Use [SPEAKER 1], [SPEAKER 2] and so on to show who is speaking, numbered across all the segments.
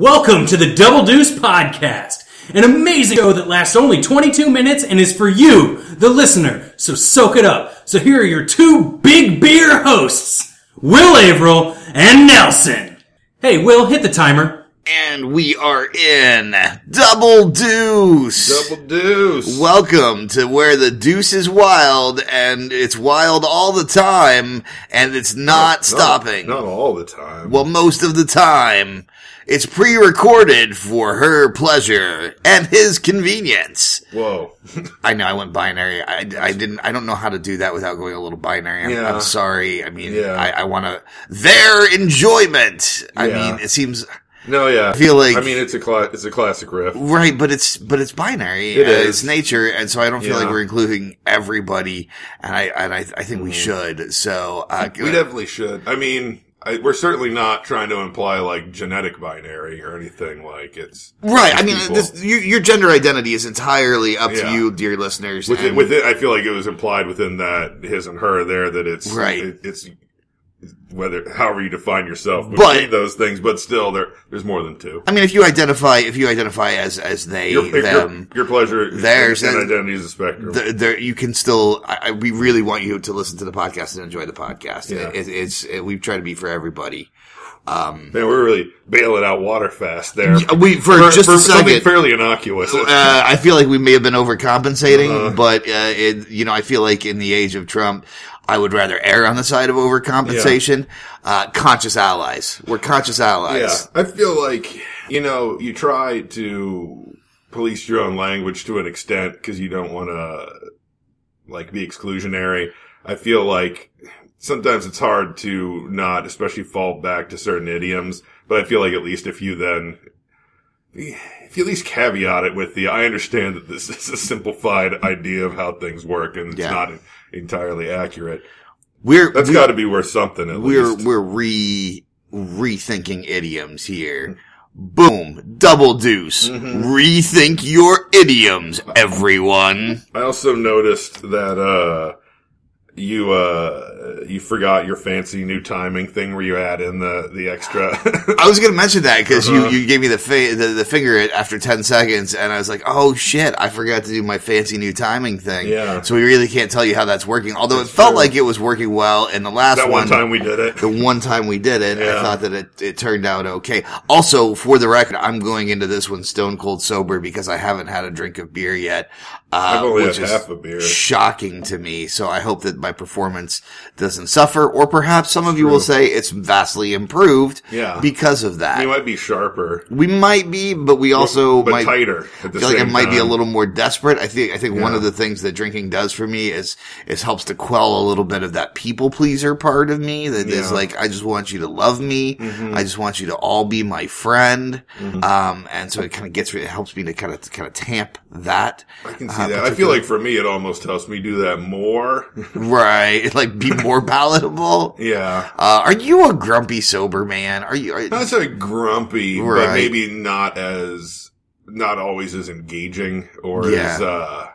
[SPEAKER 1] Welcome to the Double Deuce Podcast, an amazing show that lasts only 22 minutes and is for you, the listener. So soak it up. So here are your two big beer hosts, Will Averill and Nelson. Hey, Will, hit the timer.
[SPEAKER 2] And we are in Double Deuce.
[SPEAKER 3] Double deuce.
[SPEAKER 2] Welcome to where the deuce is wild and it's wild all the time and it's not stopping.
[SPEAKER 3] Not, all the time.
[SPEAKER 2] Well, most of the time. It's pre recorded for her pleasure and his convenience.
[SPEAKER 3] Whoa.
[SPEAKER 2] I know I went binary. I, I didn't, I don't know how to do that without going a little binary. I'm,
[SPEAKER 3] Yeah.
[SPEAKER 2] I'm sorry. I mean,
[SPEAKER 3] Yeah.
[SPEAKER 2] I, I want to, their enjoyment. I
[SPEAKER 3] Yeah.
[SPEAKER 2] mean, it seems,
[SPEAKER 3] No, yeah. I
[SPEAKER 2] feel like-
[SPEAKER 3] I mean, it's a cla- it's a classic riff.
[SPEAKER 2] Right, but it's but it's binary.
[SPEAKER 3] It
[SPEAKER 2] uh,
[SPEAKER 3] is.
[SPEAKER 2] It's nature, and so I don't feel
[SPEAKER 3] Yeah.
[SPEAKER 2] like we're including everybody, and I and I, I think
[SPEAKER 3] Mm-hmm.
[SPEAKER 2] we should. So uh,
[SPEAKER 3] We definitely should. I mean, I, we're certainly not trying to imply like genetic binary or anything like it's
[SPEAKER 2] right. I mean,
[SPEAKER 3] people.
[SPEAKER 2] this, your, your gender identity is entirely up to
[SPEAKER 3] Yeah.
[SPEAKER 2] you, dear listeners.
[SPEAKER 3] with it,
[SPEAKER 2] and-
[SPEAKER 3] with it. I feel like it was implied within that his and her there that it's
[SPEAKER 2] Right.
[SPEAKER 3] It, it's whether however you define yourself between
[SPEAKER 2] But-
[SPEAKER 3] those things, but still there there's more than two.
[SPEAKER 2] I mean, if you identify if you identify as as they
[SPEAKER 3] Your, your-
[SPEAKER 2] them.
[SPEAKER 3] your pleasure,
[SPEAKER 2] Theirs
[SPEAKER 3] and
[SPEAKER 2] and-
[SPEAKER 3] identity is a spectrum.
[SPEAKER 2] th- there, you can still. I, I, we really want you to listen to the podcast and enjoy the podcast.
[SPEAKER 3] Yeah.
[SPEAKER 2] It, it's it, we've tried to be for everybody. Um,
[SPEAKER 3] Man, we're really bailing out water fast there.
[SPEAKER 2] Uh, we for, just a
[SPEAKER 3] something
[SPEAKER 2] second.
[SPEAKER 3] fairly innocuous.
[SPEAKER 2] uh, I feel like we may have been overcompensating,
[SPEAKER 3] Uh-huh.
[SPEAKER 2] but uh, it, you know, I feel like in the age of Trump, I would rather err on the side of overcompensation. Uh, conscious allies. We're conscious
[SPEAKER 3] Yeah,
[SPEAKER 2] allies.
[SPEAKER 3] I feel like you know you try to police your own language to an extent because you don't want to like be exclusionary. I feel like sometimes it's hard to not, especially fall back to certain idioms. But I feel like at least if you then if you at least caveat it with the I understand that this is a simplified idea of how things work and it's
[SPEAKER 2] Yeah.
[SPEAKER 3] not entirely accurate.
[SPEAKER 2] We're
[SPEAKER 3] That's
[SPEAKER 2] we,
[SPEAKER 3] got to be worth something at
[SPEAKER 2] we're
[SPEAKER 3] least.
[SPEAKER 2] we're re rethinking idioms here. Boom, double deuce.
[SPEAKER 3] Mm-hmm.
[SPEAKER 2] Rethink your idioms, everyone.
[SPEAKER 3] I also noticed that uh you uh you forgot your fancy new timing thing where you add in the the extra
[SPEAKER 2] I was going to mention that because
[SPEAKER 3] Uh-huh.
[SPEAKER 2] you, you gave me the, fa- the the finger it after ten seconds, and I was like, "Oh shit, I forgot to do my fancy new timing thing."
[SPEAKER 3] Yeah.
[SPEAKER 2] So we really can't tell you how that's working. Although
[SPEAKER 3] That's
[SPEAKER 2] it felt
[SPEAKER 3] true.
[SPEAKER 2] like it was working well in the last
[SPEAKER 3] that
[SPEAKER 2] one. Uh,
[SPEAKER 3] one time we did it.
[SPEAKER 2] the one time we did it, I
[SPEAKER 3] Yeah.
[SPEAKER 2] thought that it, it turned out okay. Also, for the record, I'm going into this one stone cold sober because I haven't had a drink of beer yet, uh,
[SPEAKER 3] I've only
[SPEAKER 2] which
[SPEAKER 3] had
[SPEAKER 2] is
[SPEAKER 3] half a beer.
[SPEAKER 2] shocking to me. So I hope that my performance doesn't suffer, or perhaps some of you will say it's vastly improved
[SPEAKER 3] Yeah.
[SPEAKER 2] because of that.
[SPEAKER 3] You might be sharper,
[SPEAKER 2] We might be, but we also
[SPEAKER 3] but
[SPEAKER 2] might
[SPEAKER 3] tighter. At the
[SPEAKER 2] feel like
[SPEAKER 3] same
[SPEAKER 2] it might be a
[SPEAKER 3] time.
[SPEAKER 2] little more desperate. I think I think one
[SPEAKER 3] Yeah.
[SPEAKER 2] of the things that drinking does for me is is helps to quell a little bit of that people pleaser part of me that is
[SPEAKER 3] Yeah. Mm-hmm.
[SPEAKER 2] like I just want you to love me. I just want you to all be my friend. Um, and so it kind of gets rid- it helps me to kind of to kind of tamp that
[SPEAKER 3] I can see that. I feel like for me, it almost helps me do that more.
[SPEAKER 2] right, like be more palatable.
[SPEAKER 3] yeah,
[SPEAKER 2] Uh, are you a grumpy sober man? Are you? Are,
[SPEAKER 3] not so grumpy,
[SPEAKER 2] Right.
[SPEAKER 3] but maybe not as not always as engaging or
[SPEAKER 2] Yeah.
[SPEAKER 3] as uh,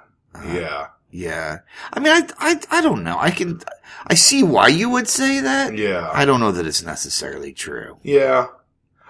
[SPEAKER 3] yeah
[SPEAKER 2] Yeah. I mean, I, I, I don't know. I can, I see why you would say that.
[SPEAKER 3] yeah.
[SPEAKER 2] I don't know that it's necessarily true.
[SPEAKER 3] Yeah,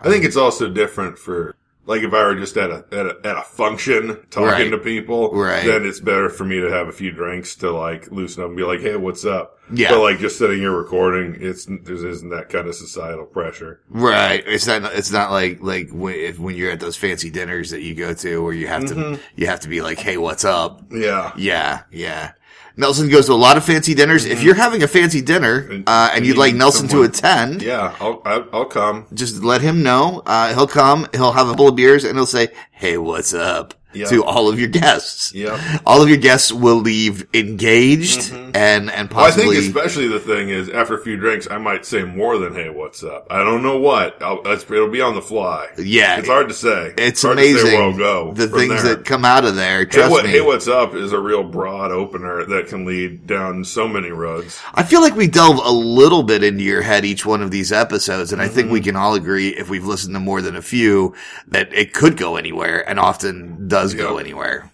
[SPEAKER 3] I
[SPEAKER 2] Um,
[SPEAKER 3] think it's also different for like if I were just at a at a, at a function talking
[SPEAKER 2] Right.
[SPEAKER 3] to people,
[SPEAKER 2] Right.
[SPEAKER 3] Then it's better for me to have a few drinks to like loosen up and be like, "Hey, what's up?"
[SPEAKER 2] Yeah.
[SPEAKER 3] But like just sitting here recording, it's there isn't that kind of societal pressure.
[SPEAKER 2] Right. It's not, it's not like, like when, if, when you're at those fancy dinners that you go to where you have
[SPEAKER 3] Mm-hmm.
[SPEAKER 2] to, you have to be like, Hey, what's up?
[SPEAKER 3] Yeah,
[SPEAKER 2] Yeah. Yeah. Nelson goes to a lot of fancy dinners. If you're having a fancy dinner,
[SPEAKER 3] Mm-hmm. And-
[SPEAKER 2] uh, and
[SPEAKER 3] and
[SPEAKER 2] you'd
[SPEAKER 3] you
[SPEAKER 2] like
[SPEAKER 3] need
[SPEAKER 2] Nelson
[SPEAKER 3] someone-
[SPEAKER 2] to attend,
[SPEAKER 3] yeah. I'll I'll, I'll come.
[SPEAKER 2] just let him know. Uh, he'll come, he'll have a couple of beers and he'll say, Hey, what's up?
[SPEAKER 3] Yeah.
[SPEAKER 2] To all of your guests.
[SPEAKER 3] Yeah.
[SPEAKER 2] All of your guests will leave engaged and, and
[SPEAKER 3] Mm-hmm. Well, I think
[SPEAKER 2] possibly.
[SPEAKER 3] especially the thing is after a few drinks, I might say more than "Hey, what's up." I don't know what. I'll, it's, it'll be on the fly.
[SPEAKER 2] yeah.
[SPEAKER 3] It's hard to say.
[SPEAKER 2] It's
[SPEAKER 3] hard
[SPEAKER 2] amazing.
[SPEAKER 3] To say where I'll go
[SPEAKER 2] the
[SPEAKER 3] from
[SPEAKER 2] things
[SPEAKER 3] there.
[SPEAKER 2] that come out of there.
[SPEAKER 3] Hey,
[SPEAKER 2] Trust
[SPEAKER 3] what,
[SPEAKER 2] me.
[SPEAKER 3] hey, what's up is a real broad opener that can lead down so many roads.
[SPEAKER 2] I feel like we delve a little bit into your head each one of these episodes, and I think
[SPEAKER 3] Mm-hmm.
[SPEAKER 2] we can all agree, if we've listened to more than a few, that it could go anywhere and often does go
[SPEAKER 3] Yeah.
[SPEAKER 2] anywhere.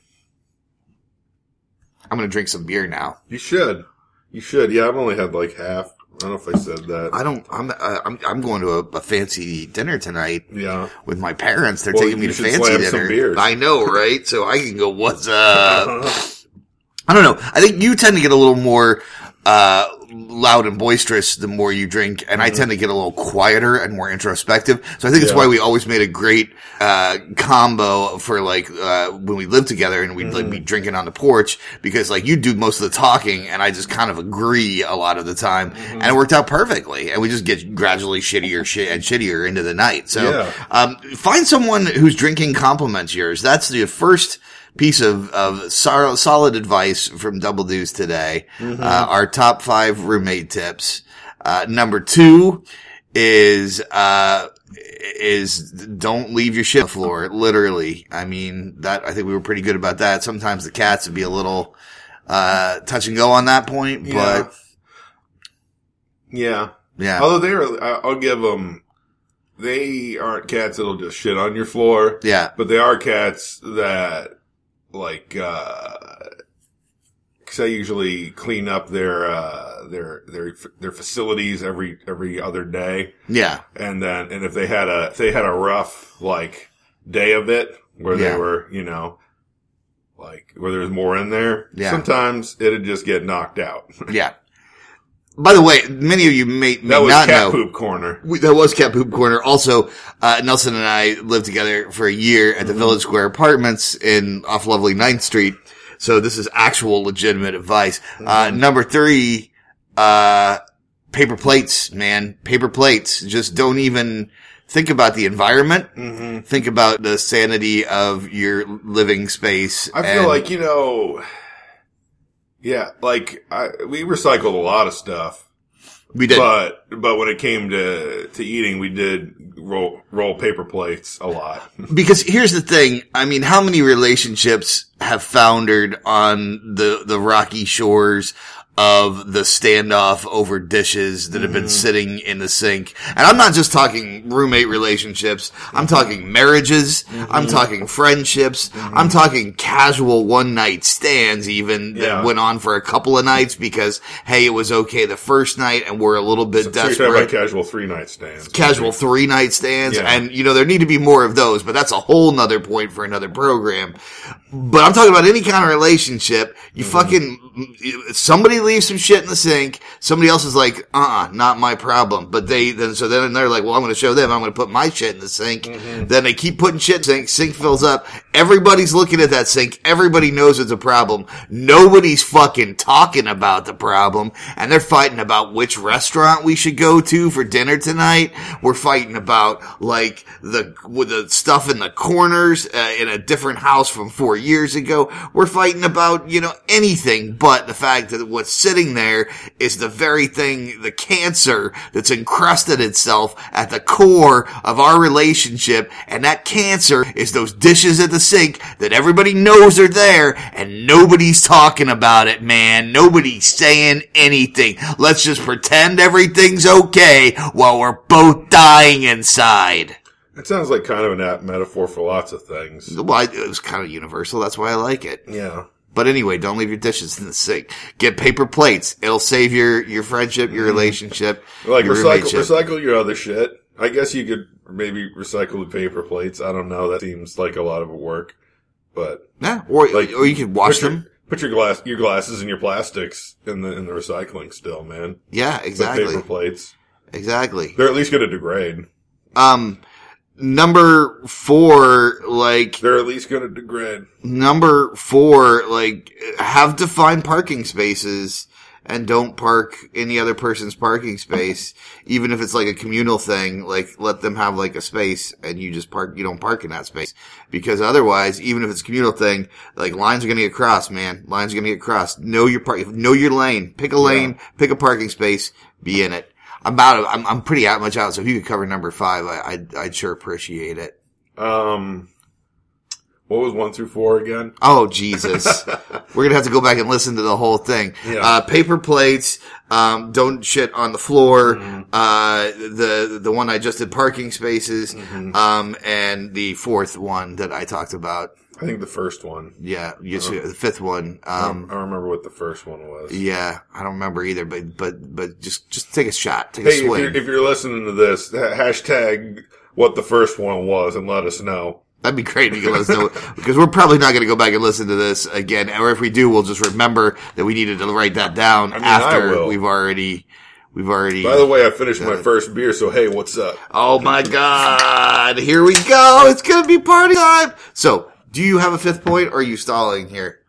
[SPEAKER 2] I'm going to drink some beer now.
[SPEAKER 3] You should. You should. Yeah, I've only had like half I don't know if I said that.
[SPEAKER 2] I don't. I'm uh, I'm, I'm going to a, a fancy dinner tonight
[SPEAKER 3] yeah.
[SPEAKER 2] with my parents. They're
[SPEAKER 3] Well,
[SPEAKER 2] taking me
[SPEAKER 3] you
[SPEAKER 2] to
[SPEAKER 3] should
[SPEAKER 2] fancy
[SPEAKER 3] slam
[SPEAKER 2] dinner.
[SPEAKER 3] some beers.
[SPEAKER 2] I know, right? so I can go. What's up? I don't know. I think you tend to get a little more uh, loud and boisterous the more you drink, and I tend to get a little quieter and more introspective. So I think it's
[SPEAKER 3] Mm-hmm. Yeah.
[SPEAKER 2] why we always made a great uh, combo for like uh, when we lived together and we'd like
[SPEAKER 3] Mm-hmm.
[SPEAKER 2] be drinking on the porch because like you do most of the talking and I just kind of agree a lot of the time, and
[SPEAKER 3] Mm-hmm.
[SPEAKER 2] it worked out perfectly. And we just get gradually shittier shit and shittier into the night. So
[SPEAKER 3] Yeah.
[SPEAKER 2] um, find someone who's drinking compliments yours. That's the first piece of, of sor- solid advice from Double Deuce today.
[SPEAKER 3] Mm-hmm.
[SPEAKER 2] Uh, our top five roommate tips. Uh, number two is, uh, is don't leave your shit on the floor. Literally. I mean, that, I think we were pretty good about that. Sometimes the cats would be a little, uh, touch and go on that point,
[SPEAKER 3] Yeah. Oh.
[SPEAKER 2] but
[SPEAKER 3] Yeah.
[SPEAKER 2] yeah.
[SPEAKER 3] Although they are, I- I'll give them. They aren't cats that'll just shit on your floor,
[SPEAKER 2] Yeah.
[SPEAKER 3] but they are cats that like. uh 'cause I usually clean up their uh, their their their facilities every every other day,
[SPEAKER 2] Yeah.
[SPEAKER 3] and then and if they had a if they had a rough like day of it where
[SPEAKER 2] Yeah.
[SPEAKER 3] they were you know like where there's more in there,
[SPEAKER 2] Yeah.
[SPEAKER 3] sometimes it'd just get knocked out.
[SPEAKER 2] Yeah. By the way, many of you may, may
[SPEAKER 3] that was
[SPEAKER 2] not
[SPEAKER 3] cat
[SPEAKER 2] know.
[SPEAKER 3] poop corner.
[SPEAKER 2] We, that was Cat Poop Corner. Also, uh, Nelson and I lived together for a year
[SPEAKER 3] Mm-hmm.
[SPEAKER 2] at the Village Square Apartments in off lovely 9th Street. So this is actual legitimate advice. Uh,
[SPEAKER 3] Mm-hmm.
[SPEAKER 2] number three, uh, paper plates, man. Paper plates. Just don't even think about the environment.
[SPEAKER 3] Mm-hmm.
[SPEAKER 2] Think about the sanity of your living space.
[SPEAKER 3] I feel
[SPEAKER 2] and-
[SPEAKER 3] like you know, yeah, like I, we recycled a lot of stuff,
[SPEAKER 2] we did.
[SPEAKER 3] but but when it came to to eating, we did roll roll paper plates a lot.
[SPEAKER 2] because here's the thing. I mean, how many relationships have foundered on the, the rocky shores of the standoff over dishes that have
[SPEAKER 3] Mm.
[SPEAKER 2] been sitting in the sink? And I'm not just talking roommate relationships. I'm talking marriages.
[SPEAKER 3] Mm-hmm.
[SPEAKER 2] I'm talking friendships. I'm talking casual one night stands even that
[SPEAKER 3] Yeah.
[SPEAKER 2] went on for a couple of nights because, hey, it was okay the first night and we're a little bit
[SPEAKER 3] so
[SPEAKER 2] desperate
[SPEAKER 3] you're talking about casual three night stands.
[SPEAKER 2] casual three night stands.
[SPEAKER 3] Yeah.
[SPEAKER 2] And, you know, there need to be more of those, but that's a whole nother point for another program. But I'm talking about any kind of relationship. You fucking, somebody leaves some shit in the sink. Somebody else is like, uh uh not my problem. But they, then, so then they're like, well, I'm going to show them. I'm going to put my shit in the sink. Then they keep putting shit in the sink. Sink fills up. Everybody's looking at that sink. Everybody knows it's a problem. Nobody's fucking talking about the problem. And they're fighting about which restaurant we should go to for dinner tonight. We're fighting about like the, with the stuff in the corners uh, in a different house from four years ago. We're fighting about, you know, anything but the fact that what's sitting there is the very thing, the cancer that's encrusted itself at the core of our relationship. And that cancer is those dishes at the sink that everybody knows are there and nobody's talking about it, man. Nobody's saying anything. Let's just pretend everything's okay while we're both dying inside.
[SPEAKER 3] It sounds like kind of an apt metaphor for lots of things.
[SPEAKER 2] Well, I- it was kind of universal. That's why I like it.
[SPEAKER 3] Yeah.
[SPEAKER 2] But anyway, don't leave your dishes in the sink. Get paper plates. It'll save your, your friendship, your relationship.
[SPEAKER 3] Mm-hmm. Like
[SPEAKER 2] your
[SPEAKER 3] recycle,
[SPEAKER 2] roommateship.
[SPEAKER 3] recycle your other shit. I guess you could maybe recycle the paper plates. I don't know. That seems like a lot of work, but
[SPEAKER 2] Yeah, or,
[SPEAKER 3] like-
[SPEAKER 2] or you could wash
[SPEAKER 3] put your-
[SPEAKER 2] them.
[SPEAKER 3] Put your glass, your glasses, and your plastics in the in the recycling still, man.
[SPEAKER 2] Yeah,
[SPEAKER 3] The
[SPEAKER 2] exactly.
[SPEAKER 3] paper plates.
[SPEAKER 2] Exactly.
[SPEAKER 3] They're at least going to degrade.
[SPEAKER 2] Um, number four, like,
[SPEAKER 3] They're at least going to degrade.
[SPEAKER 2] number four, like, have defined parking spaces and don't park any other person's parking space, even if it's like a communal thing. Like, let them have like a space and you just park, you don't park in that space. Because otherwise, even if it's a communal thing, like lines are going to get crossed, man. Lines are going to get crossed. Know your park, know your lane. Pick a lane, pick a parking space, be in it. I'm out of, I'm, I'm pretty out much out. So if you could cover number five, I, I'd, I'd sure appreciate it.
[SPEAKER 3] Um, what was one through four again?
[SPEAKER 2] Oh Jesus! We're gonna have to go back and listen to the whole thing.
[SPEAKER 3] Yeah.
[SPEAKER 2] Uh, paper plates. Um, don't shit on the floor.
[SPEAKER 3] Mm-hmm.
[SPEAKER 2] Uh, the the
[SPEAKER 3] Mm-hmm.
[SPEAKER 2] one I just did parking spaces. Um, and the fourth one that I talked about.
[SPEAKER 3] I I think the first one.
[SPEAKER 2] Yeah, yes,
[SPEAKER 3] Uh-huh.
[SPEAKER 2] the fifth one. Um,
[SPEAKER 3] I don't remember what the first one was.
[SPEAKER 2] yeah, I don't remember either, but but but just just take a shot, take a
[SPEAKER 3] Hey, if
[SPEAKER 2] swing.
[SPEAKER 3] you're, if you're listening to this, ha- hashtag what the first one was and let us know.
[SPEAKER 2] That'd be great if you could let us know because we're probably not going to go back and listen to this again, or if we do, we'll just remember that we needed to write that down
[SPEAKER 3] mean, I
[SPEAKER 2] after
[SPEAKER 3] will.
[SPEAKER 2] we've already we've already.
[SPEAKER 3] By the way, I finished my first beer, so hey, what's up?
[SPEAKER 2] oh my god, here we go! It's gonna be party time. So, do you have a fifth point, or are you stalling here?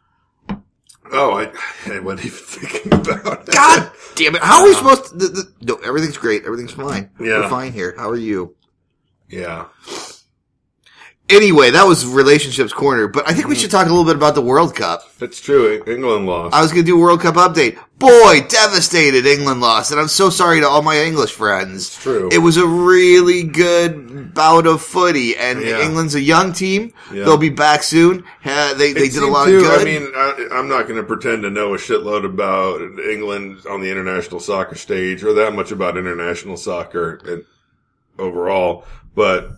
[SPEAKER 3] Oh, I, I wasn't even thinking about it.
[SPEAKER 2] God damn it! How are we supposed to? The, the, no, everything's great. Everything's fine.
[SPEAKER 3] Uh-huh. Yeah.
[SPEAKER 2] we're fine here. How are you?
[SPEAKER 3] Yeah.
[SPEAKER 2] Anyway, that was relationships corner, but I think
[SPEAKER 3] Mm-hmm.
[SPEAKER 2] we should talk a little bit about the World Cup.
[SPEAKER 3] That's true. England lost.
[SPEAKER 2] I was going to do a World Cup update. Boy, devastated England lost, and I'm so sorry to all my English friends.
[SPEAKER 3] It's true.
[SPEAKER 2] It was a really good bout of footy, and
[SPEAKER 3] Yeah.
[SPEAKER 2] England's a young team.
[SPEAKER 3] Yeah.
[SPEAKER 2] They'll be back soon. Ha- they they
[SPEAKER 3] It
[SPEAKER 2] did a
[SPEAKER 3] seemed
[SPEAKER 2] lot
[SPEAKER 3] to-
[SPEAKER 2] of good.
[SPEAKER 3] I mean, I, I'm not going to pretend to know a shitload about England on the international soccer stage or that much about international soccer and overall, but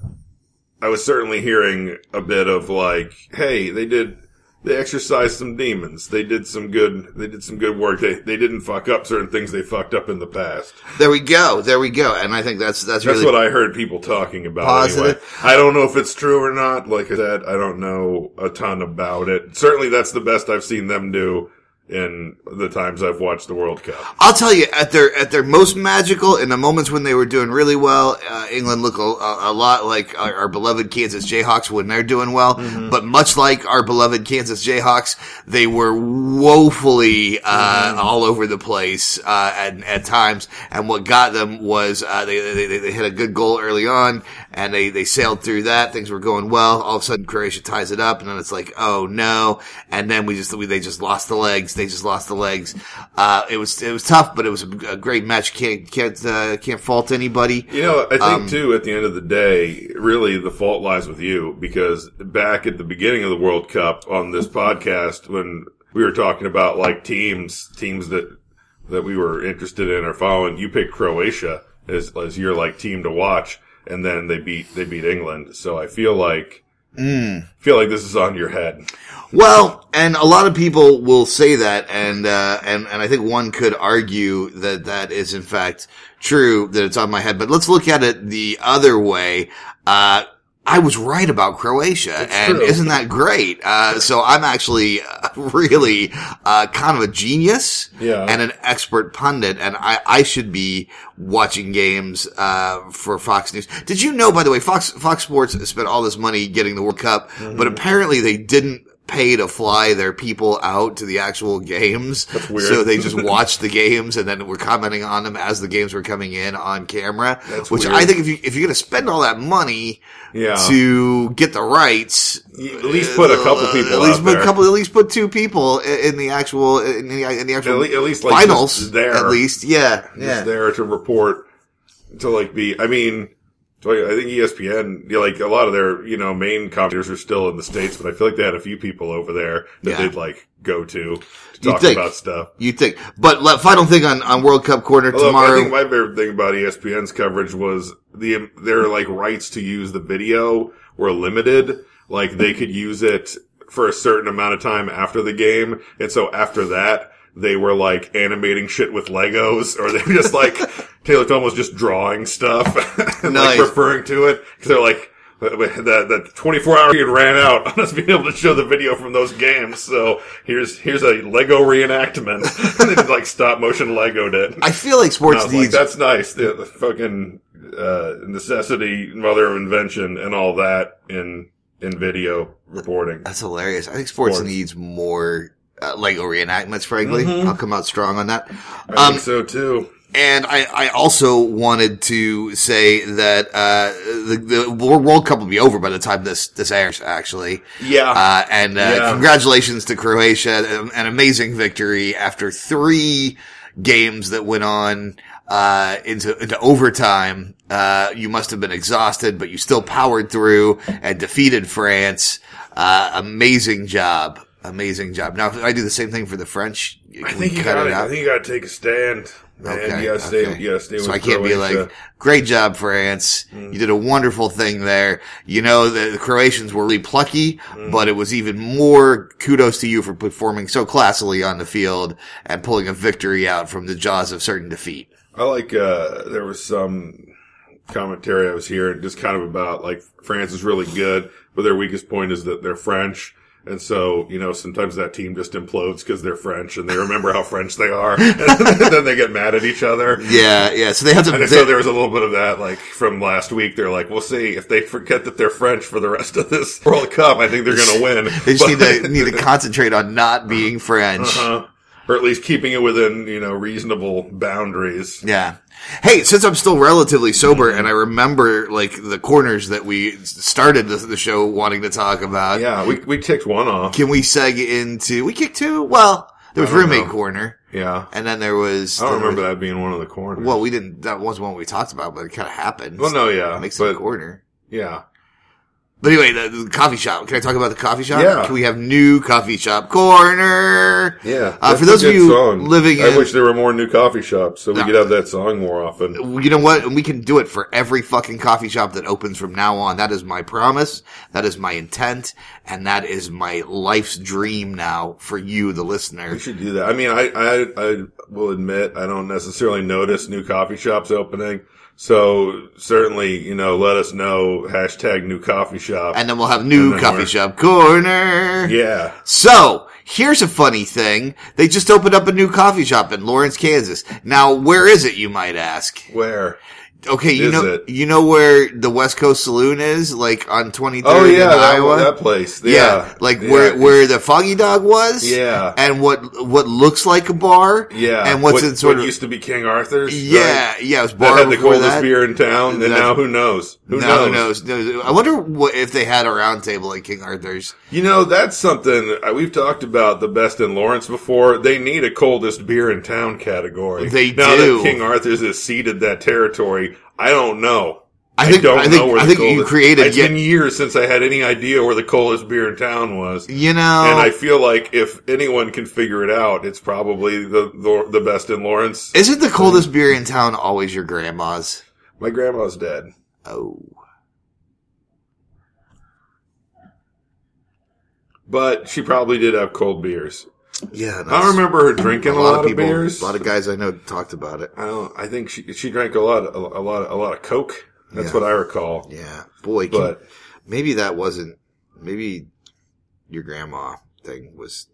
[SPEAKER 3] I was certainly hearing a bit of like, hey, they did, they exercised some demons. They did some good, they did some good work. They, they didn't fuck up certain things they fucked up in the past.
[SPEAKER 2] there we go. There we go. And I think that's that's,
[SPEAKER 3] That's
[SPEAKER 2] really
[SPEAKER 3] what I heard people talking about. Anyway.
[SPEAKER 2] Positive.
[SPEAKER 3] I don't know if it's true or not. Like I said, I don't know a ton about it. Certainly, that's the best I've seen them do in the times I've watched the World Cup.
[SPEAKER 2] I'll tell you, at their at their most magical, in the moments when they were doing really well, uh, England look a, a a lot like our, our beloved Kansas Jayhawks when they're doing well.
[SPEAKER 3] Mm-hmm.
[SPEAKER 2] But much like our beloved Kansas Jayhawks, they were woefully uh,
[SPEAKER 3] Mm-hmm.
[SPEAKER 2] all over the place uh, at, at times. And what got them was uh, they, they they- they hit a good goal early on, and they they sailed through that. Things were going well. All of a sudden, Croatia ties it up, and then it's like, oh no! And then we just we, they just lost the legs. They just lost the legs. Uh, it was it was tough, but it was a, a great match. Can't can't uh, can't fault anybody.
[SPEAKER 3] You know, I think
[SPEAKER 2] Um,
[SPEAKER 3] too, at the end of the day, really the fault lies with you because back at the beginning of the World Cup on this podcast, when we were talking about like teams, teams that that we were interested in or following, you picked Croatia as as your like team to watch, and then they beat they beat England. So I feel like
[SPEAKER 2] Mm.
[SPEAKER 3] feel like this is on your head.
[SPEAKER 2] Well, and a lot of people will say that, and uh, and and I think one could argue that that is in fact true that it's on my head. But let's look at it the other way. Uh, I was right about Croatia, and
[SPEAKER 3] true.
[SPEAKER 2] isn't that great? Uh, so I'm actually uh, really uh, kind of a genius
[SPEAKER 3] Yeah.
[SPEAKER 2] and an expert pundit, and I, I should be watching games uh, for Fox News. Did you know, by the way, Fox Fox Sports spent all this money getting the World Cup,
[SPEAKER 3] Mm-hmm.
[SPEAKER 2] but apparently they didn't pay to fly their people out to the actual games. That's
[SPEAKER 3] weird.
[SPEAKER 2] So they just watched the games and then were commenting on them as the games were coming in on camera.
[SPEAKER 3] That's
[SPEAKER 2] which
[SPEAKER 3] weird.
[SPEAKER 2] I think if you if you're gonna spend all that money
[SPEAKER 3] Yeah.
[SPEAKER 2] to get the rights,
[SPEAKER 3] You at least put a couple
[SPEAKER 2] uh,
[SPEAKER 3] people
[SPEAKER 2] At least
[SPEAKER 3] out
[SPEAKER 2] put
[SPEAKER 3] there.
[SPEAKER 2] a couple. At least put two people i- in the actual in the, in the actual
[SPEAKER 3] At le- at least, like,
[SPEAKER 2] finals.
[SPEAKER 3] just there.
[SPEAKER 2] At least, yeah,
[SPEAKER 3] just
[SPEAKER 2] yeah.
[SPEAKER 3] there to report to like be. I mean, so I I think E ESPN, you know, like a lot of their you know main commentators are still in the states, but I feel like they had a few people over there that
[SPEAKER 2] Yeah.
[SPEAKER 3] they'd like go to to
[SPEAKER 2] You
[SPEAKER 3] talk
[SPEAKER 2] think.
[SPEAKER 3] about stuff.
[SPEAKER 2] You think? But le- final thing on, on World Cup corner
[SPEAKER 3] Although I
[SPEAKER 2] tomorrow.
[SPEAKER 3] think my favorite thing about E ESPN's coverage was the their like rights to use the video were limited. Like they could use it for a certain amount of time after the game, and so after that they were like animating shit with Legos, or they were just like Taylor Tom was just drawing stuff and
[SPEAKER 2] Nice.
[SPEAKER 3] like referring to it because they're like. That that twenty four hour period ran out on us being able to show the video from those games. So here's here's a Lego reenactment. and they like stop motion Legoed it.
[SPEAKER 2] I feel like
[SPEAKER 3] I
[SPEAKER 2] sports
[SPEAKER 3] was like,
[SPEAKER 2] needs.
[SPEAKER 3] that's nice. The, the fucking uh, necessity, mother of invention, and all that in in video reporting.
[SPEAKER 2] that's hilarious. I think sports,
[SPEAKER 3] Sports.
[SPEAKER 2] needs more. Uh, Lego reenactments, frankly, I'll come out strong on that.
[SPEAKER 3] I
[SPEAKER 2] Um,
[SPEAKER 3] think so too.
[SPEAKER 2] And I, I also wanted to say that uh, the, the World Cup will be over by the time this, this airs, actually.
[SPEAKER 3] Yeah.
[SPEAKER 2] Uh, and uh,
[SPEAKER 3] Yeah.
[SPEAKER 2] congratulations to Croatia. Um, An- An amazing victory after three games that went on uh, into, into overtime. Uh, you must have been exhausted, but you still powered through and defeated France. Uh, amazing job. amazing job. Now, if I do the same thing for the French, can
[SPEAKER 3] I
[SPEAKER 2] we
[SPEAKER 3] think you
[SPEAKER 2] cut
[SPEAKER 3] got
[SPEAKER 2] it
[SPEAKER 3] to. I
[SPEAKER 2] out?
[SPEAKER 3] think you got to take a stand. Man.
[SPEAKER 2] Okay,
[SPEAKER 3] you got to stay.
[SPEAKER 2] okay.
[SPEAKER 3] You got to stay with
[SPEAKER 2] so I can't be
[SPEAKER 3] Croatia. Mm.
[SPEAKER 2] like, great job, France. You did a wonderful thing there. You know, the, the Croatians were really plucky,
[SPEAKER 3] Mm.
[SPEAKER 2] but it was even more kudos to you for performing so classily on the field and pulling a victory out from the jaws of certain defeat.
[SPEAKER 3] I like uh there was some commentary I was hearing just kind of about like France is really good, but their weakest point is that they're French. And so, you know, sometimes that team just implodes because they're French and they remember how French they are. And then they get mad at each other.
[SPEAKER 2] Yeah, yeah. So they have to.
[SPEAKER 3] And so there was a little bit of that, like from last week. They're like, we'll see if they forget that they're French for the rest of this World Cup. I think they're going to win.
[SPEAKER 2] they just need
[SPEAKER 3] But-
[SPEAKER 2] to need to concentrate on not being French.
[SPEAKER 3] Uh, or at least keeping it within, you know, reasonable boundaries.
[SPEAKER 2] Yeah. Hey, since I'm still relatively sober
[SPEAKER 3] Mm-hmm.
[SPEAKER 2] and I remember like the corners that we started the, the show wanting to talk about,
[SPEAKER 3] Yeah, we, we ticked one off.
[SPEAKER 2] can we seg into we kicked two? Well, there was
[SPEAKER 3] I don't
[SPEAKER 2] roommate
[SPEAKER 3] know.
[SPEAKER 2] corner,
[SPEAKER 3] Yeah.
[SPEAKER 2] and then there was
[SPEAKER 3] I don't
[SPEAKER 2] there
[SPEAKER 3] remember
[SPEAKER 2] was-
[SPEAKER 3] that being one of the corners.
[SPEAKER 2] Well, we didn't. That was one we talked about, but it kind of happened.
[SPEAKER 3] well, no, yeah,
[SPEAKER 2] makes it
[SPEAKER 3] but
[SPEAKER 2] a corner.
[SPEAKER 3] yeah,
[SPEAKER 2] But anyway, the, the coffee shop. Can I talk about the coffee shop?
[SPEAKER 3] Yeah.
[SPEAKER 2] Can we have new coffee shop corner?
[SPEAKER 3] yeah.
[SPEAKER 2] Uh,
[SPEAKER 3] That's
[SPEAKER 2] for
[SPEAKER 3] a
[SPEAKER 2] those of
[SPEAKER 3] good
[SPEAKER 2] you living
[SPEAKER 3] I
[SPEAKER 2] in-
[SPEAKER 3] wish there were more new coffee shops so we
[SPEAKER 2] No.
[SPEAKER 3] could have that song more often.
[SPEAKER 2] you know what? And we can do it for every fucking coffee shop that opens from now on. That is my promise. That is my intent. And that is my life's dream now for you, the listener.
[SPEAKER 3] We should do that. I mean, I, I I will admit I don't necessarily notice new coffee shops opening. So certainly, you know, let us know hashtag new coffee shop.
[SPEAKER 2] And then we'll have new
[SPEAKER 3] then
[SPEAKER 2] coffee
[SPEAKER 3] we're-
[SPEAKER 2] shop corner.
[SPEAKER 3] yeah,
[SPEAKER 2] So here's a funny thing. They just opened up a new coffee shop in Lawrence, Kansas. Now, where is it? You might ask.
[SPEAKER 3] where?
[SPEAKER 2] Okay. You
[SPEAKER 3] Is
[SPEAKER 2] know,
[SPEAKER 3] it?
[SPEAKER 2] you know where the West Coast Saloon is? Like on 23rd
[SPEAKER 3] Oh yeah,
[SPEAKER 2] in
[SPEAKER 3] that,
[SPEAKER 2] Iowa?
[SPEAKER 3] that place. Yeah,
[SPEAKER 2] Yeah, like
[SPEAKER 3] Yeah.
[SPEAKER 2] where where the Foggy Dog was.
[SPEAKER 3] Yeah.
[SPEAKER 2] and what what looks like a bar.
[SPEAKER 3] Yeah,
[SPEAKER 2] and what's
[SPEAKER 3] what,
[SPEAKER 2] in sort
[SPEAKER 3] what
[SPEAKER 2] of
[SPEAKER 3] used to be King Arthur's.
[SPEAKER 2] yeah
[SPEAKER 3] right?
[SPEAKER 2] yeah it was
[SPEAKER 3] that
[SPEAKER 2] bar
[SPEAKER 3] had the
[SPEAKER 2] before
[SPEAKER 3] coldest
[SPEAKER 2] that.
[SPEAKER 3] beer in town, and
[SPEAKER 2] That's-
[SPEAKER 3] now who knows? Who
[SPEAKER 2] no, who knows? No, I wonder what if they had a round table at King Arthur's.
[SPEAKER 3] You know, that's something uh, we've talked about the best in Lawrence before. They need a coldest beer in town category.
[SPEAKER 2] They
[SPEAKER 3] now
[SPEAKER 2] do.
[SPEAKER 3] that King Arthur's has ceded that territory, I don't know.
[SPEAKER 2] I think I,
[SPEAKER 3] don't
[SPEAKER 2] think
[SPEAKER 3] know where
[SPEAKER 2] I
[SPEAKER 3] the
[SPEAKER 2] think
[SPEAKER 3] coldest,
[SPEAKER 2] you created
[SPEAKER 3] It's
[SPEAKER 2] yet,
[SPEAKER 3] been years since I had any idea where the coldest beer in town was.
[SPEAKER 2] you know
[SPEAKER 3] And I feel like if anyone can figure it out, it's probably the the, the best in Lawrence.
[SPEAKER 2] isn't the coldest beer in town always your grandma's?
[SPEAKER 3] My grandma's dead.
[SPEAKER 2] Oh,
[SPEAKER 3] But she probably did have cold beers.
[SPEAKER 2] yeah. that's-
[SPEAKER 3] I remember her drinking a lot, of,
[SPEAKER 2] people,
[SPEAKER 3] beers.
[SPEAKER 2] a lot of guys I know talked about it.
[SPEAKER 3] I don't. I think she she drank a lot a, a lot a lot of Coke. That's
[SPEAKER 2] Yeah.
[SPEAKER 3] what I recall.
[SPEAKER 2] Yeah, boy, can-
[SPEAKER 3] But
[SPEAKER 2] maybe that wasn't maybe your grandma thing was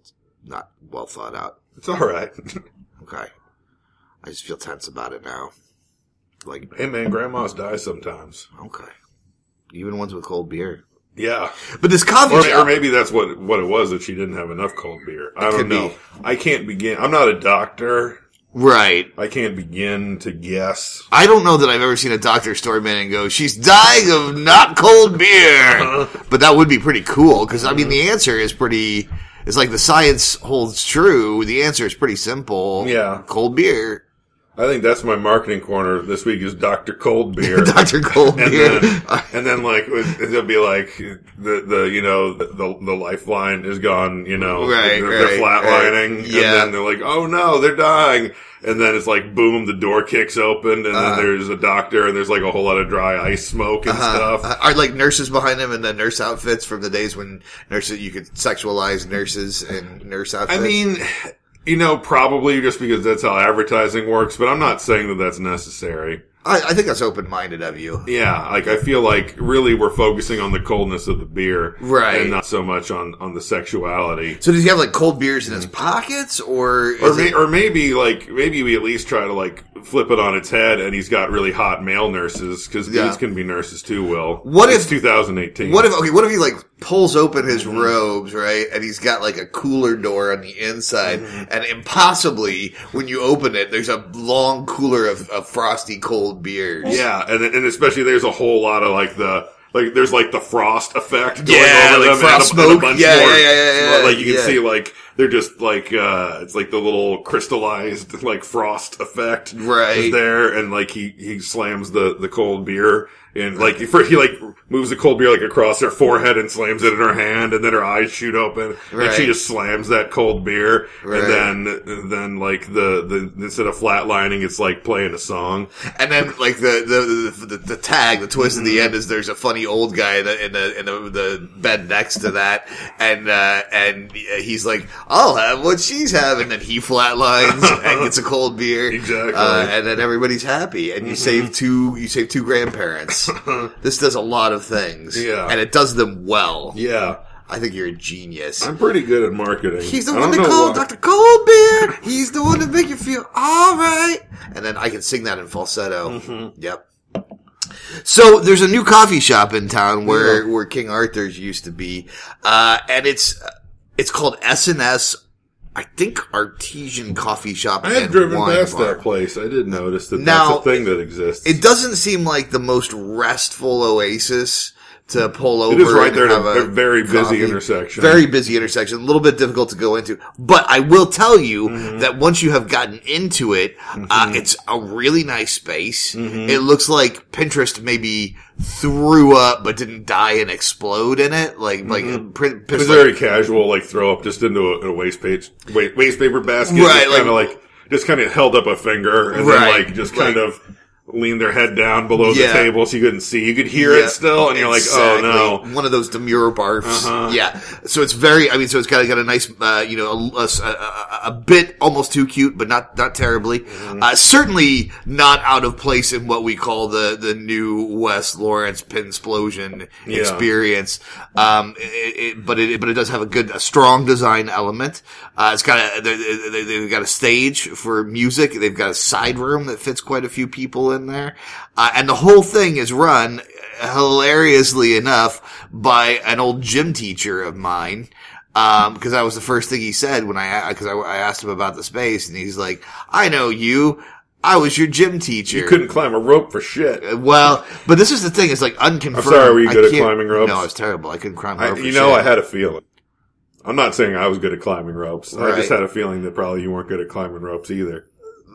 [SPEAKER 2] not well thought out.
[SPEAKER 3] it's all right.
[SPEAKER 2] Okay. I just feel tense about it now. Like,
[SPEAKER 3] hey man, grandmas die sometimes.
[SPEAKER 2] okay. Even ones with cold beer.
[SPEAKER 3] Yeah,
[SPEAKER 2] But this coffee
[SPEAKER 3] or, or
[SPEAKER 2] shop.
[SPEAKER 3] maybe that's what what it was that she didn't have enough cold beer. I
[SPEAKER 2] could
[SPEAKER 3] don't
[SPEAKER 2] be.
[SPEAKER 3] know. I can't begin. I'm not a doctor.
[SPEAKER 2] Right.
[SPEAKER 3] I can't begin to guess.
[SPEAKER 2] I don't know that I've ever seen a doctor story man and go, she's dying of not cold beer. but that would be pretty cool because, I mean, the answer is pretty. It's like the science holds true. The answer is pretty simple.
[SPEAKER 3] Yeah.
[SPEAKER 2] Cold beer.
[SPEAKER 3] I think that's my marketing corner this week is Doctor Cold Beer.
[SPEAKER 2] Dr. Cold
[SPEAKER 3] And
[SPEAKER 2] beer. Uh,
[SPEAKER 3] then, and then, like, it'll be like the, the you know, the, the lifeline is gone, you know,
[SPEAKER 2] Right,
[SPEAKER 3] they're,
[SPEAKER 2] right,
[SPEAKER 3] they're flatlining.
[SPEAKER 2] right.
[SPEAKER 3] And
[SPEAKER 2] Yeah.
[SPEAKER 3] then they're like, oh no, they're dying. And then it's like, boom, the door kicks open, and
[SPEAKER 2] Uh-huh.
[SPEAKER 3] then there's a doctor, and there's like a whole lot of dry ice smoke and stuff.
[SPEAKER 2] Uh, are like nurses behind them in the nurse outfits from the days when nurses you could sexualize nurses and nurse
[SPEAKER 3] I
[SPEAKER 2] outfits.
[SPEAKER 3] mean, you know, probably just because that's how advertising works, but I'm not saying that that's necessary.
[SPEAKER 2] I, I think that's open minded of you.
[SPEAKER 3] Yeah, like I feel like really we're focusing on the coldness of the beer,
[SPEAKER 2] Right.
[SPEAKER 3] and not so much on on the sexuality.
[SPEAKER 2] So does he have like cold beers in his pockets, or
[SPEAKER 3] Hmm. Or,
[SPEAKER 2] is
[SPEAKER 3] may,
[SPEAKER 2] it-
[SPEAKER 3] or maybe like maybe we at least try to like flip it on its head, and he's got really hot male nurses because
[SPEAKER 2] Yeah.
[SPEAKER 3] dudes can be nurses too. Will
[SPEAKER 2] What
[SPEAKER 3] It's
[SPEAKER 2] if-
[SPEAKER 3] 2018?
[SPEAKER 2] what if Mm-hmm. okay? What if he like pulls open his robes, right, and he's got like a cooler door on the inside, and impossibly when you open it, there's a long cooler of, of frosty cold beers.
[SPEAKER 3] yeah, and and especially there's a whole lot of like the. Like there's like the frost effect going
[SPEAKER 2] Yeah,
[SPEAKER 3] over
[SPEAKER 2] like
[SPEAKER 3] them and a-
[SPEAKER 2] frost
[SPEAKER 3] and a,
[SPEAKER 2] smoke.
[SPEAKER 3] bunch
[SPEAKER 2] Yeah,
[SPEAKER 3] more.
[SPEAKER 2] yeah, yeah, yeah, yeah.
[SPEAKER 3] Like you can
[SPEAKER 2] Yeah.
[SPEAKER 3] see like They're just like uh it's like the little crystallized like frost effect
[SPEAKER 2] Right.
[SPEAKER 3] is there, and like he he slams the the cold beer and like he, he like moves the cold beer like across her forehead and slams it in her hand, and then her eyes shoot open and
[SPEAKER 2] Right.
[SPEAKER 3] she just slams that cold beer,
[SPEAKER 2] Right.
[SPEAKER 3] and then and then like the the instead of flatlining, it's like playing a song.
[SPEAKER 2] And then, like the the the, the, the tag, the twist at the end is there's a funny old guy in the in the, in the, the bed next to that, and uh, and he's like, "I'll have what she's having," and he flatlines and gets a cold beer,
[SPEAKER 3] Exactly.
[SPEAKER 2] uh,
[SPEAKER 3] Mm-hmm.
[SPEAKER 2] and then everybody's happy, and you save two you save two grandparents. this does a lot of things,
[SPEAKER 3] Yeah.
[SPEAKER 2] and it does them well.
[SPEAKER 3] Yeah.
[SPEAKER 2] I think you're a genius.
[SPEAKER 3] I'm pretty good at marketing.
[SPEAKER 2] He's the
[SPEAKER 3] I
[SPEAKER 2] one
[SPEAKER 3] don't
[SPEAKER 2] that
[SPEAKER 3] know
[SPEAKER 2] called
[SPEAKER 3] why.
[SPEAKER 2] Dr. Coldbeard. He's the one that make you feel all right. And then I can sing that in falsetto.
[SPEAKER 3] Mm-hmm.
[SPEAKER 2] Yep. So there's a new coffee shop in town where, where King Arthur's used to be. Uh, and it's, it's called S&S, I think Artesian Coffee Shop.
[SPEAKER 3] I have
[SPEAKER 2] and
[SPEAKER 3] driven
[SPEAKER 2] Wine
[SPEAKER 3] past
[SPEAKER 2] Bar.
[SPEAKER 3] that place. I did notice that
[SPEAKER 2] Now-
[SPEAKER 3] that's a thing that exists.
[SPEAKER 2] It doesn't seem like the most restful oasis to pull over.
[SPEAKER 3] It is right
[SPEAKER 2] and
[SPEAKER 3] there at
[SPEAKER 2] have
[SPEAKER 3] a, a very busy
[SPEAKER 2] coffee.
[SPEAKER 3] intersection.
[SPEAKER 2] Very busy intersection. A little bit difficult to go into. But I will tell you
[SPEAKER 3] Mm-hmm.
[SPEAKER 2] that once you have gotten into it, uh, it's a really nice space.
[SPEAKER 3] Mm-hmm.
[SPEAKER 2] It looks like Pinterest maybe threw up but didn't die and explode in it. Like, like, Pin-
[SPEAKER 3] It was
[SPEAKER 2] Pinterest-
[SPEAKER 3] very casual, like throw up just into a, a waste page, waste, waste paper basket.
[SPEAKER 2] Right,
[SPEAKER 3] kind of like just kind of held up a finger and
[SPEAKER 2] Right,
[SPEAKER 3] then like just kind
[SPEAKER 2] like-
[SPEAKER 3] of leaned their head down below
[SPEAKER 2] Yeah.
[SPEAKER 3] the table so you couldn't see. You could hear
[SPEAKER 2] Yeah,
[SPEAKER 3] it still, and you're
[SPEAKER 2] exactly.
[SPEAKER 3] like, oh no. Uh-huh.
[SPEAKER 2] one of those demure barfs. Yeah, so it's very. I mean, so it's got got a nice, uh, you know, a, a- a- a bit almost too cute, but not not terribly.
[SPEAKER 3] Mm-hmm.
[SPEAKER 2] Uh, certainly not out of place in what we call the the new West Lawrence Pinsplosion
[SPEAKER 3] Yeah.
[SPEAKER 2] experience. Um, it, it, but it but it does have a good, a strong design element. Uh, it's got a they, they, they've got a stage for music. They've got a side room that fits quite a few people in there, uh, and the whole thing is run hilariously enough by an old gym teacher of mine. Um, cause that was the first thing he said when I, cause I, I asked him about the space and he's like, I know you. I was your gym teacher.
[SPEAKER 3] You couldn't climb a rope for shit.
[SPEAKER 2] Well, but this is the thing. It's like unconfirmed.
[SPEAKER 3] I'm sorry, were you
[SPEAKER 2] I
[SPEAKER 3] good at
[SPEAKER 2] can't-
[SPEAKER 3] climbing ropes?
[SPEAKER 2] No, I was terrible. I couldn't climb
[SPEAKER 3] I,
[SPEAKER 2] ropes.
[SPEAKER 3] you know, I had a feeling. I'm not saying I was good at climbing ropes. I
[SPEAKER 2] Right.
[SPEAKER 3] just had a feeling that probably you weren't good at climbing ropes either.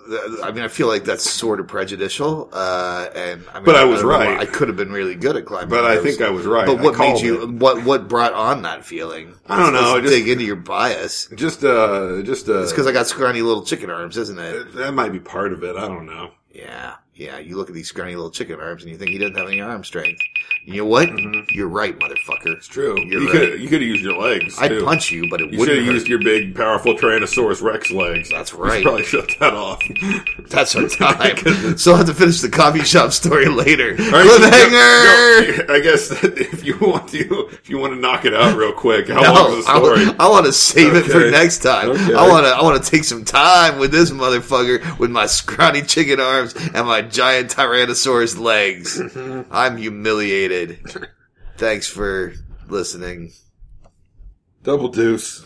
[SPEAKER 2] I mean, I feel like that's sort of prejudicial. Uh, and I mean,
[SPEAKER 3] But I was
[SPEAKER 2] don't know why.
[SPEAKER 3] right.
[SPEAKER 2] I could have been really good at climbing.
[SPEAKER 3] But I
[SPEAKER 2] ropes.
[SPEAKER 3] think I was right.
[SPEAKER 2] But
[SPEAKER 3] I
[SPEAKER 2] what made
[SPEAKER 3] called
[SPEAKER 2] you?
[SPEAKER 3] it.
[SPEAKER 2] What what brought on that feeling?
[SPEAKER 3] I don't know,
[SPEAKER 2] Let's
[SPEAKER 3] I just-
[SPEAKER 2] dig into your bias.
[SPEAKER 3] Just, uh, just, uh,
[SPEAKER 2] It's because I got scrawny little chicken arms, isn't it?
[SPEAKER 3] that might be part of it. I don't know.
[SPEAKER 2] Yeah, yeah. You look at these scrawny little chicken arms, and you think he doesn't have any arm strength. You know what? You're right, motherfucker.
[SPEAKER 3] Mm-hmm. It's true.
[SPEAKER 2] You're
[SPEAKER 3] you
[SPEAKER 2] right.
[SPEAKER 3] could you could have used your legs.
[SPEAKER 2] I'd
[SPEAKER 3] too.
[SPEAKER 2] punch you, but it
[SPEAKER 3] You should
[SPEAKER 2] wouldn't
[SPEAKER 3] have
[SPEAKER 2] hurt.
[SPEAKER 3] used your big, powerful Tyrannosaurus Rex legs.
[SPEAKER 2] That's
[SPEAKER 3] You
[SPEAKER 2] right.
[SPEAKER 3] should probably shut that off.
[SPEAKER 2] That's our time. so I'll have to finish the coffee shop story later.
[SPEAKER 3] All right,
[SPEAKER 2] Cliffhanger!
[SPEAKER 3] go- go- I guess that if you want to, if you want to knock it out real quick, how long
[SPEAKER 2] No,
[SPEAKER 3] is the
[SPEAKER 2] I,
[SPEAKER 3] story?
[SPEAKER 2] wa- I want to save it for
[SPEAKER 3] Okay.
[SPEAKER 2] next time.
[SPEAKER 3] Okay.
[SPEAKER 2] I want to. I want to take some time with this motherfucker with my scrawny chicken arms and my giant tyrannosaurus legs. I'm humiliated. Thanks for listening.
[SPEAKER 3] Double deuce.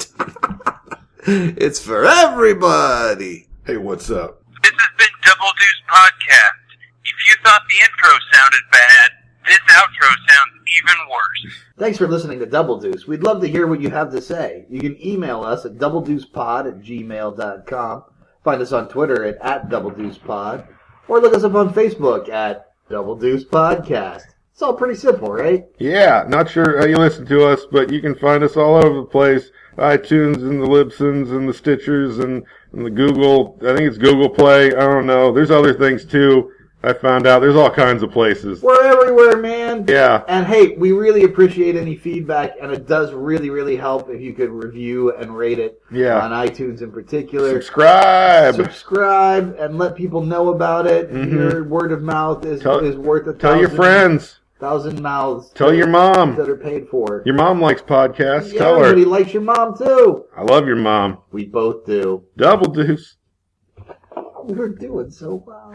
[SPEAKER 2] It's for everybody.
[SPEAKER 3] Hey, what's up?
[SPEAKER 4] This has been Double Deuce Podcast. If you thought the intro sounded bad, this outro sounds even worse.
[SPEAKER 5] Thanks for listening to Double Deuce. We'd love to hear what you have to say. You can email us at doubledeucepod at gmail.com. Find us on Twitter at, at doubledeucepod. Or look us up on Facebook at Double Deuce Podcast. It's all pretty simple, right?
[SPEAKER 3] Yeah, not sure how you listen to us, but you can find us all over the place. iTunes and the Libsyns and the Stitchers and, and the Google. I think it's Google Play. I don't know. There's other things too. I found out there's all kinds of places.
[SPEAKER 5] We're everywhere, man.
[SPEAKER 3] Yeah.
[SPEAKER 5] And hey, we really appreciate any feedback, and it does really, really help if you could review and rate it
[SPEAKER 3] Yeah.
[SPEAKER 5] on iTunes in particular.
[SPEAKER 3] Subscribe.
[SPEAKER 5] Subscribe and let people know about it. Your word of mouth is,
[SPEAKER 6] Mm-hmm. Tell-
[SPEAKER 5] is worth a
[SPEAKER 6] Tell your
[SPEAKER 5] thousand-
[SPEAKER 6] friends.
[SPEAKER 5] thousand mouths
[SPEAKER 6] Tell your mom.
[SPEAKER 5] that are paid for.
[SPEAKER 6] Your mom likes podcasts.
[SPEAKER 5] Yeah,
[SPEAKER 6] Tell her.
[SPEAKER 5] everybody likes your mom too.
[SPEAKER 6] I love your mom.
[SPEAKER 5] We both do.
[SPEAKER 6] Double deuce.
[SPEAKER 5] We're doing so well.